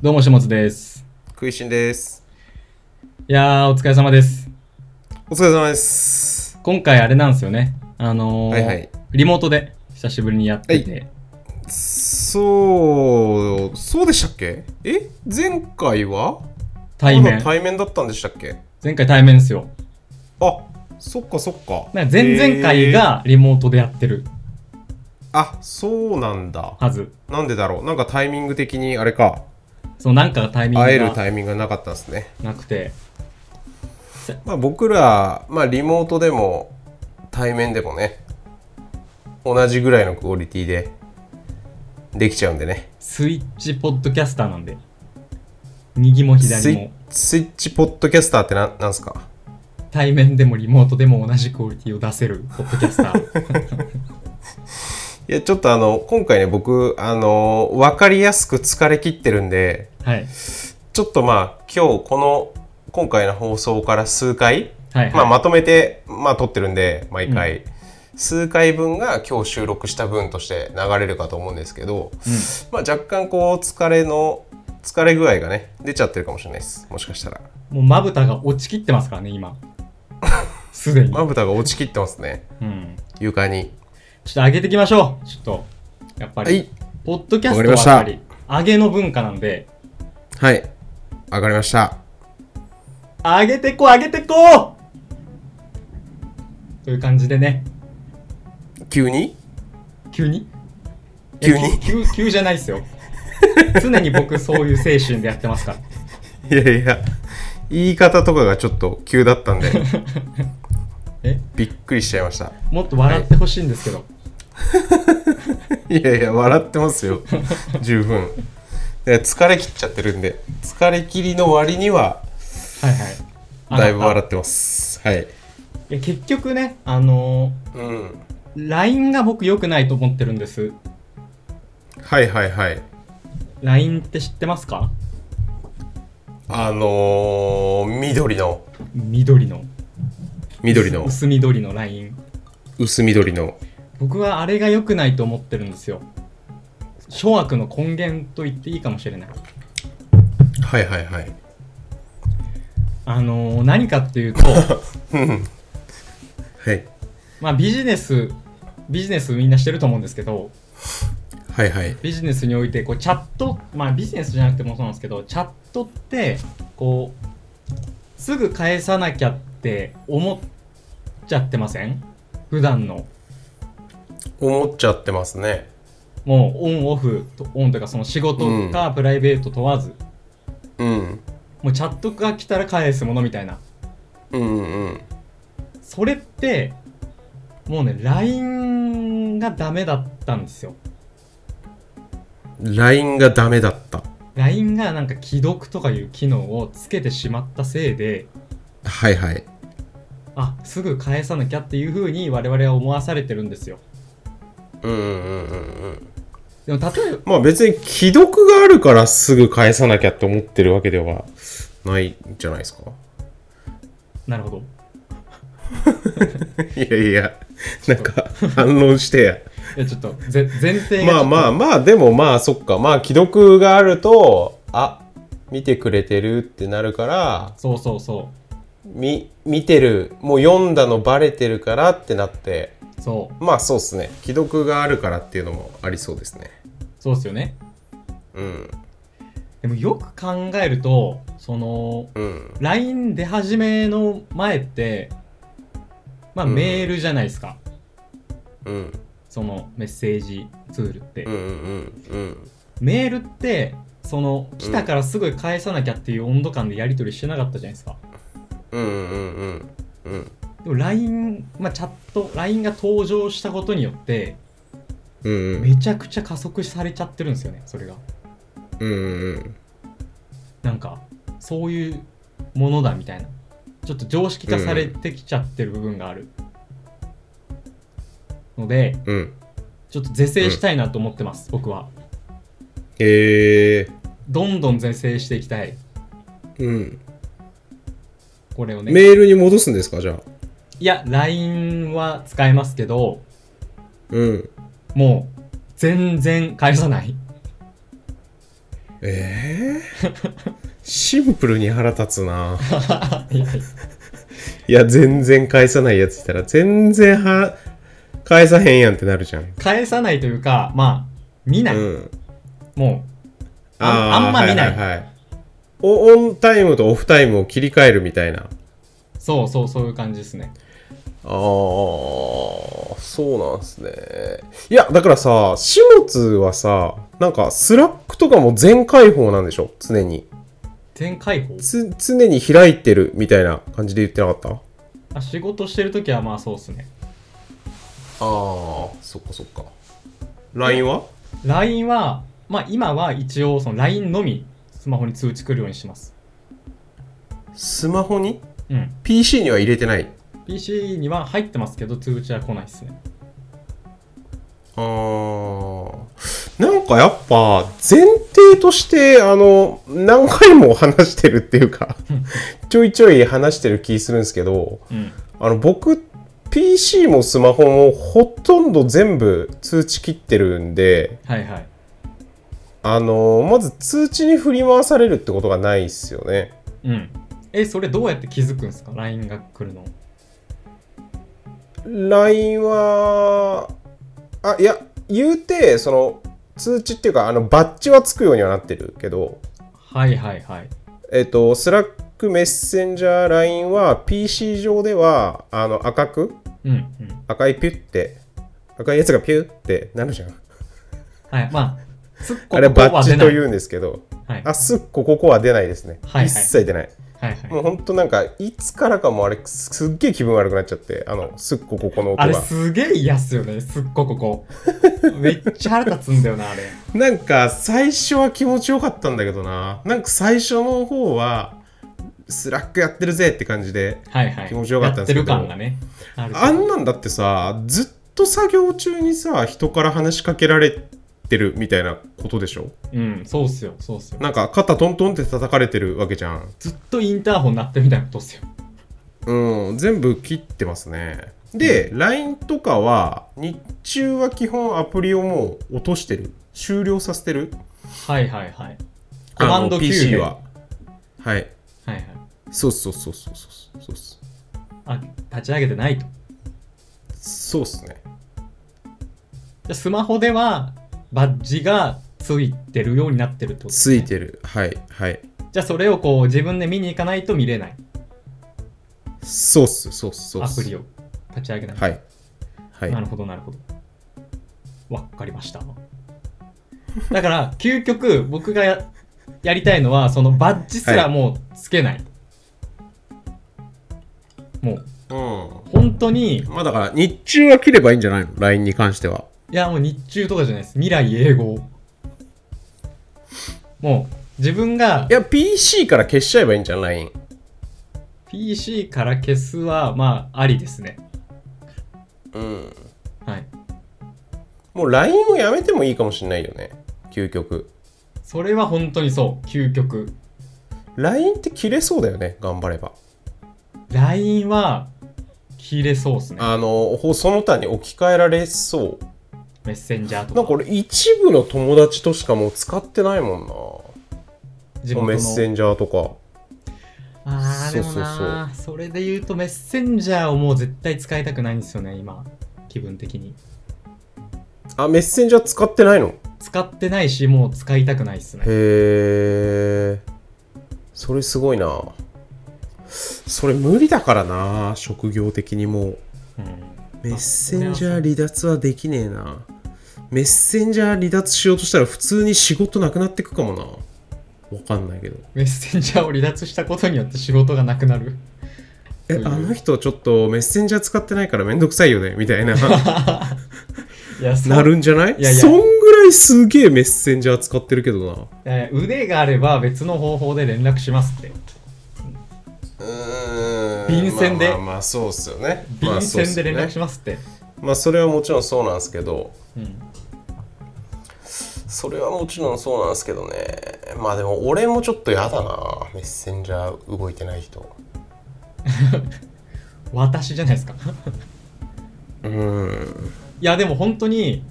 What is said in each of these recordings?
どうも、下松です。食いしんです。いやー、お疲れ様です。お疲れ様です。今回あれなんですよね。あのーはいはい。リモートで久しぶりにやってて、そう、そうでしたっけえ前回は対ま面だ。対面だったんでしたっけ前回対面ですよ。あ、そっかそっか。なんか前々回えー。がリモートでやってるあ、そうなんだ。はず。なんでだろうなんかタイミング的にあれか、そのなんかタイミン会えグるがタイミングがなかったんですね。なくて。まあ僕ら、まあリモートでも対面でもね、同じぐらいのクオリティでできちゃうんでね。スイッチポッドキャスターなんで。右もス左イもスイッチポッドキャスターってななんすか対面でもリモートでも同じクオリティを出せるポッドキャスタ ー。いやちょっとあの今回ね僕あの分かりやすく疲れ切ってるんではい。ちょっとまあ今日この今回の放送から数回、はい、まあ、はい。まとめて、まあ、撮ってるんで毎回、数回分が今日収録した分として流れるかと思うんですけど、まあ、若干こう疲れの疲れ具合がね出ちゃってるかもしれないですもしかしたらもうまぶたが落ちきってますからね、 今。すでに。まぶたが落ちきってますねうん。床にちょっと上げていきましょう。ちょっと、やっぱはり。いポッドキャスわトはかりまやっしたぱり上げの文化なんで、はい上がりました上げてこう上げてこうという感じでね、急に急に急いやに急急急じゃないですよ。常に僕そういう精神でやってますから。いやいや、言い方とかがちょっと急だったんで、 えびっくりしちゃいました。もっと笑ってほしいんですけど、いやいや、笑ってますよ。十分。で疲れ切っちゃってるんで、疲れ切りの割には、はいはい。あなただいぶ笑ってます。はい。いや結局ね、あのうん。ー、LINE が僕良くないと思ってるんです。はいはいはい。 LINE って知ってますかあのー、緑の、緑の。緑 の、薄緑の LINE。薄緑の。僕はあれが良くないと思ってるんですよ諸悪の根源と言っていいかもしれないはいはいはい。あのー何かっていうとうんはい。まあビジネスビジネスみんなしてると思うんですけどはいはい。ビジネスにおいてこうチャットまあビジネスじゃなくてもそうなんですけどチャットってこうすぐ返さなきゃって思っちゃってません普段の思っちゃってますね。もうオンオフとオンというかその仕事かプライベート問わず、うん。もうチャットが来たら返すものみたいなうんうんそれってもうね LINE がダメだったんですようん。LINE がダメだった。 LINE がなんか既読とかいう機能をつけてしまったせいではいはい。あすぐ返さなきゃっていう風に我々は思わされてるんですようんうんうんうんうん。でも例え ばまあ別に既読があるからすぐ返さなきゃって思ってるわけではないんじゃないですか なるほどいやいや、なん か反論してや。いやちょっとぜ前提がまあまああまあ、でもまあそっか。まあ既読があると、あ、見てくれてるってなるから、そうそうそみ、見てる、もう読んだのバレてるからってなって、うそうまあそうっすね。既読があるからっていうのもありそうですね。そうですよねうん。でもよく考えるとそのうん。 LINE 出始めの前ってまあうんメールじゃないですか、うん。そのメッセージツールって、うんうんうん。メールってその来たからすぐ返さなきゃっていう温度感でやり取りしてなかったじゃないですかうんうんうんうん。うん。でも LINE、まあ、チャット LINE が登場したことによってうんうん。めちゃくちゃ加速されちゃってるんですよねそれがうんうんなんかそういうものだみたいなちょっと常識化されてきちゃってる部分がある、のでうんうんちょっと是正したいなと思ってます、僕はへえどんどん是正していきたいうんこれをねメールに戻すんですかじゃあいや LINE は使えますけどうん もう全然返さないえー、シンプルに腹立つないやいやいや全然返さないやついたら全然は返さへんやんってなるじゃん、返さないというかまあ見ない、うん、もうーああんま見ない,、はいはいはいおオンタイムとオフタイムを切り替えるみたいなそうそうそういう感じですねああそうなんすねいやだからさ始末はさなんかスラックとかも全開放なんでしょ常に全開放つ常に開いてるみたいな感じで言ってなかったあ仕事してるときはまあそうっすねああそっかそっか LINE は LINE はまあ今は一応その LINE のみスマホに通知来るようにしますスマホにうん PC には入れてない PC には入ってますけど通知は来ないですねあーなんかやっぱ前提としてあの何回も話してるっていう かちょいちょい話してる気するんですけどうんあの僕 PC もスマホもほとんど全部通知切ってるんではいはいあのまず通知に振り回されるってことがないっすよねうんえそれどうやって気づくんですか LINE が来るの LINE はあいや言うてその通知っていうかあのバッジはつくようにはなってるけどはいはいはいえっと、スラック、メッセンジャー、LINE は PC 上ではあの赤く、うんうん赤いピュって、赤いやつがピュってなるじゃん。はいまあすっこ あれここバッはジ出なとい言うんですけど、はいあ、すっこここは出ないですね。はいはい一切出ない。はいはもういほんとなんか、いつからかもあれ、すっげえ気分悪くなっちゃって、あの、すっこここのあ音れが。すげえ嫌っすよねすっこここ めっちゃ腹立つんだよなあれなんか、最初は気持ちよかったんだけどな。なんか最初の方は、スラックやってるぜって感じで、はいはい気持ちよかったんやでってすける感どがねあるけどあんなんだってさずっと作業中にさ人から話しかけられてるみたいなことでしょうんそうっすよそうっすよなんか肩トントンって叩かれてるわけじゃんずっとインターホン鳴ってるみたいなことっすようん全部切ってますねで、LINE とかは日中は基本アプリをもう落としてる終了させてるはいはいはいコマンドあの Q で PC ははいはいはいそうそうそうそうそうそうそうあ立ち上げてないとそうっすねでスマホではバッジがついてるようになってるってことついてるはいはいじゃあそれをこう自分で見に行かないと見れないそうっすそうっすそうっアすプリを立ち上げない、はいはいなるほどなるほどわかりましただから 究極僕がややりたいのはそのバッジすらもうつけない、もううん本当にまあだから日中は切ればいいんじゃないの ?LINE に関しては。いやもう日中とかじゃないです未来英語もう自分がいや、PC から消しちゃえばいいんじゃん、LINE。 PC から消すはまあありですねうん。はいもう LINE をやめてもいいかもしれないよね。究極。それは本当にそう究極 LINE って切れそうだよね、頑張れば。 LINE は切れそうっすねあの、ほその他に置き換えられそメッセンジャーう。となかんか俺、一部の友達としかもう使ってないもんな。自メッセのンジャーとか。あーでもそうなそれで言うとメッセンジャーをもう絶対使いたくないんですよね今気分的にあ、メッセンジャー使ってないの使ってないしもう使いたくないっすねへえ。それすごいな。それ無理だからな、職業的にもう。メメッセンジャー離脱はできねえな。メッセンジャー離脱しようとしたら普通に仕事なくなってくかもな。わかんないけど。メッセンジャーを離脱したことによって仕事がなくなるえ、うんあの人ちょっとメッセンジャー使ってないからめんどくさいよね みたいな。いやそうなるんじゃ ないいやいやそんぐらいすげえメッセンジャー使ってるけどえー腕があれば別の方法で連絡しますってな。うん便箋でまあまそうっすよね便箋で連絡しますって、まあそれはもちろんそうなんですけど、うんそれはもちろんそうなんですけどね。まあでも俺もちょっとやだな。メッセンジャー動いてない人。私じゃないですか うん。いやでも本当に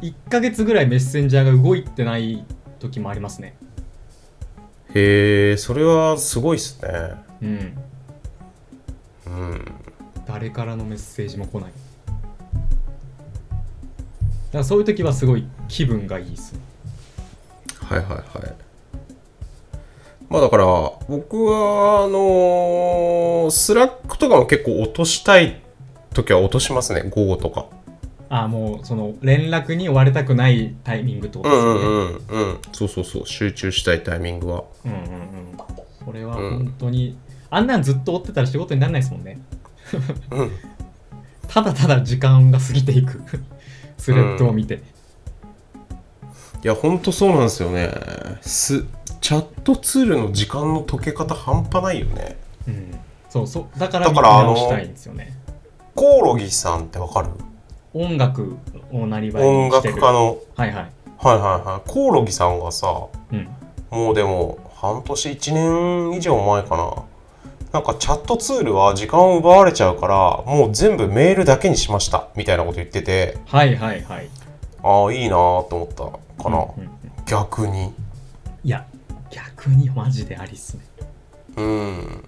1ヶ月ぐらいメッセンジャーが動いてない時もありますね。へえそれはすごいっすねうん。うん誰からのメッセージも来ない。だからそういう時はすごい気分がいいっす。はいはいはいまあだから僕はあのースラックとかも結構落としたい時は落としますね午後とかああ、もうその連絡に追われたくないタイミングってこうとですんようね。んうんうんそうそうそう集中したいタイミングはうんうんうんこれは本当に、あんなんずっと追ってたら仕事にならないですもんねうんただただ時間が過ぎていくスレッドを見て、いやほんとそうなんですよねすチャットツールの時間の溶け方半端ないよねうんそうそうだからだ見からあの直したいんですよねコオロギさんってわかる音楽をなりわい音にして楽る家のはいはいはいはいはいコオロギさんがさうんもうでも半年1年以上前かななんかチャットツールは時間を奪われちゃうからもう全部メールだけにしましたみたいなこと言っててはいはいはいああいいなーと思ったかな、うんうんうん逆にいや逆にマジでありっすねうん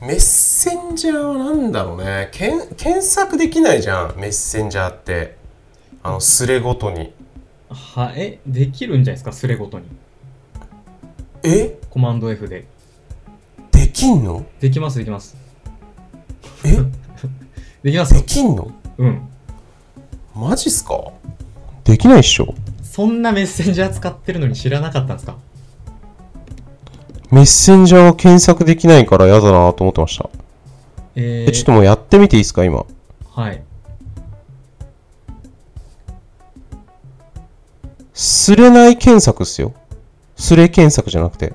メッセンジャーはなんだろうねけん検索できないじゃんメッセンジャーってあのスレごとにはえできるんじゃないですかスレごとにえコマンド F でできんのできますできますえできますでよきんのうんマジっすかできないっしょそんなメッセンジャー使ってるのに知らなかったんですかメッセンジャーは検索できないから嫌だなと思ってました。ええー、ちょっともうやってみていいですか、今。はい。すれない検索っすよ。すれ検索じゃなくて。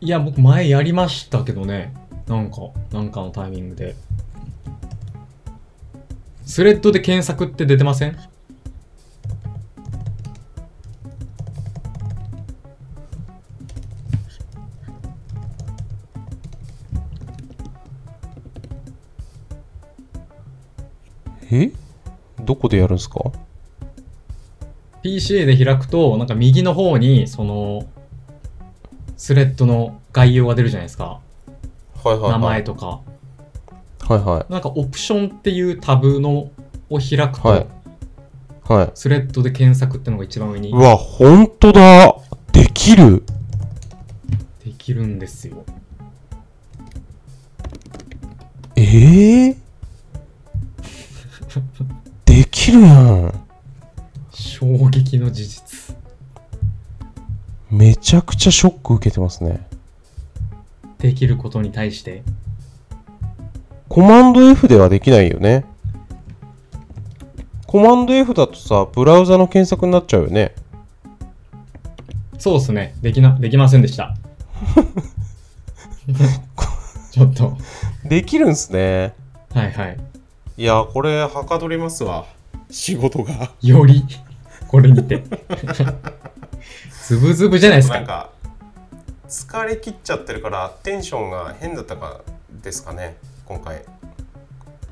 いや、僕前やりましたけどね。なんか、なんかのタイミングで。スレッドで検索って出てませんえどこでやるんすか ?PC で開くと、なんか右の方に、その、スレッドの概要が出るじゃないですか。はいはい、名前。とか。はいはなんかオプションっていうタブのを開くと、はいい。はい。スレッドで検索ってのが一番上にうわ、ほんとだ。できる。できるんですよ。え ー、できるやん。衝撃の事実。めちゃくちゃショック受けてますね。できることに対してコマンド F ではできないよね。コマンド F だとさ、ブラウザの検索になっちゃうよね。そうっすねできなできませんでした ちょっとできるんすね。はいはいいや、これ、はかどりますわ。仕事が。よりこれにてズブズブじゃないですなんかか、疲れ切っちゃってるから、テンションが変だったかですかね、今回。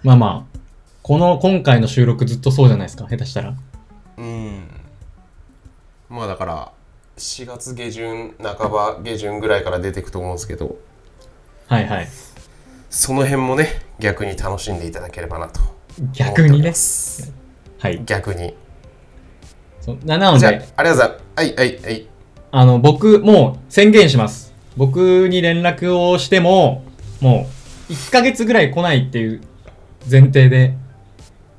まあまあこの今回の収録ずっとそうじゃないですか下手したらうん。まあだから、4月下旬、半ば下旬ぐらいから出てくと思うんですけど、はいはいその辺もね、逆に楽しんでいただければなと。逆にねす。はい逆に。そななのじゃあ、あでりがとうございます。はい、はい、はい。あの僕もう宣言します僕に連絡をしてももう1ヶ月ぐらい来ないっていう前提で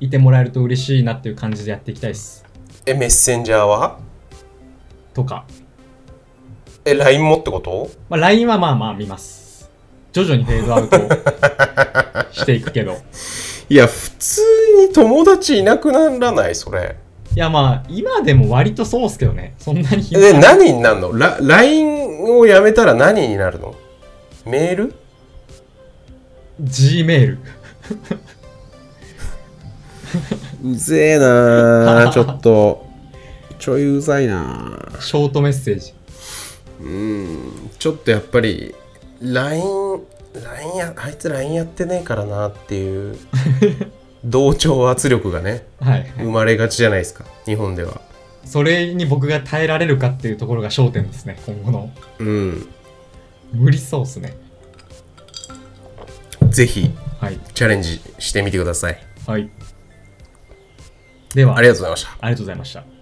いてもらえると嬉しいなっていう感じでやっていきたいですえ、メッセンジャーはとかえ、LINE もってことまあ、LINE はまあまあ見ます。徐々にフェードアウトをしていくけど。いや、普通に友達いなくならないそれ。いやまあ、今でも割とそうっすけどね。そんなに頻で、繁に何になるのラ ?LINE をやめたら何になるのメール Gmail。うぜえなちょっと。ちょいうざいなショートメッセージ。うん。ちょっとやっぱり、LINE、LINE や、あいつ LINE やってねえからなっていう、同調圧力がね、はい。生まれがちじゃないですか、日本では。それに僕が耐えられるかっていうところが焦点ですね今後のうん無理そうですねぜひはいチャレンジしてみてくださいはいではありがとうございましたありがとうございました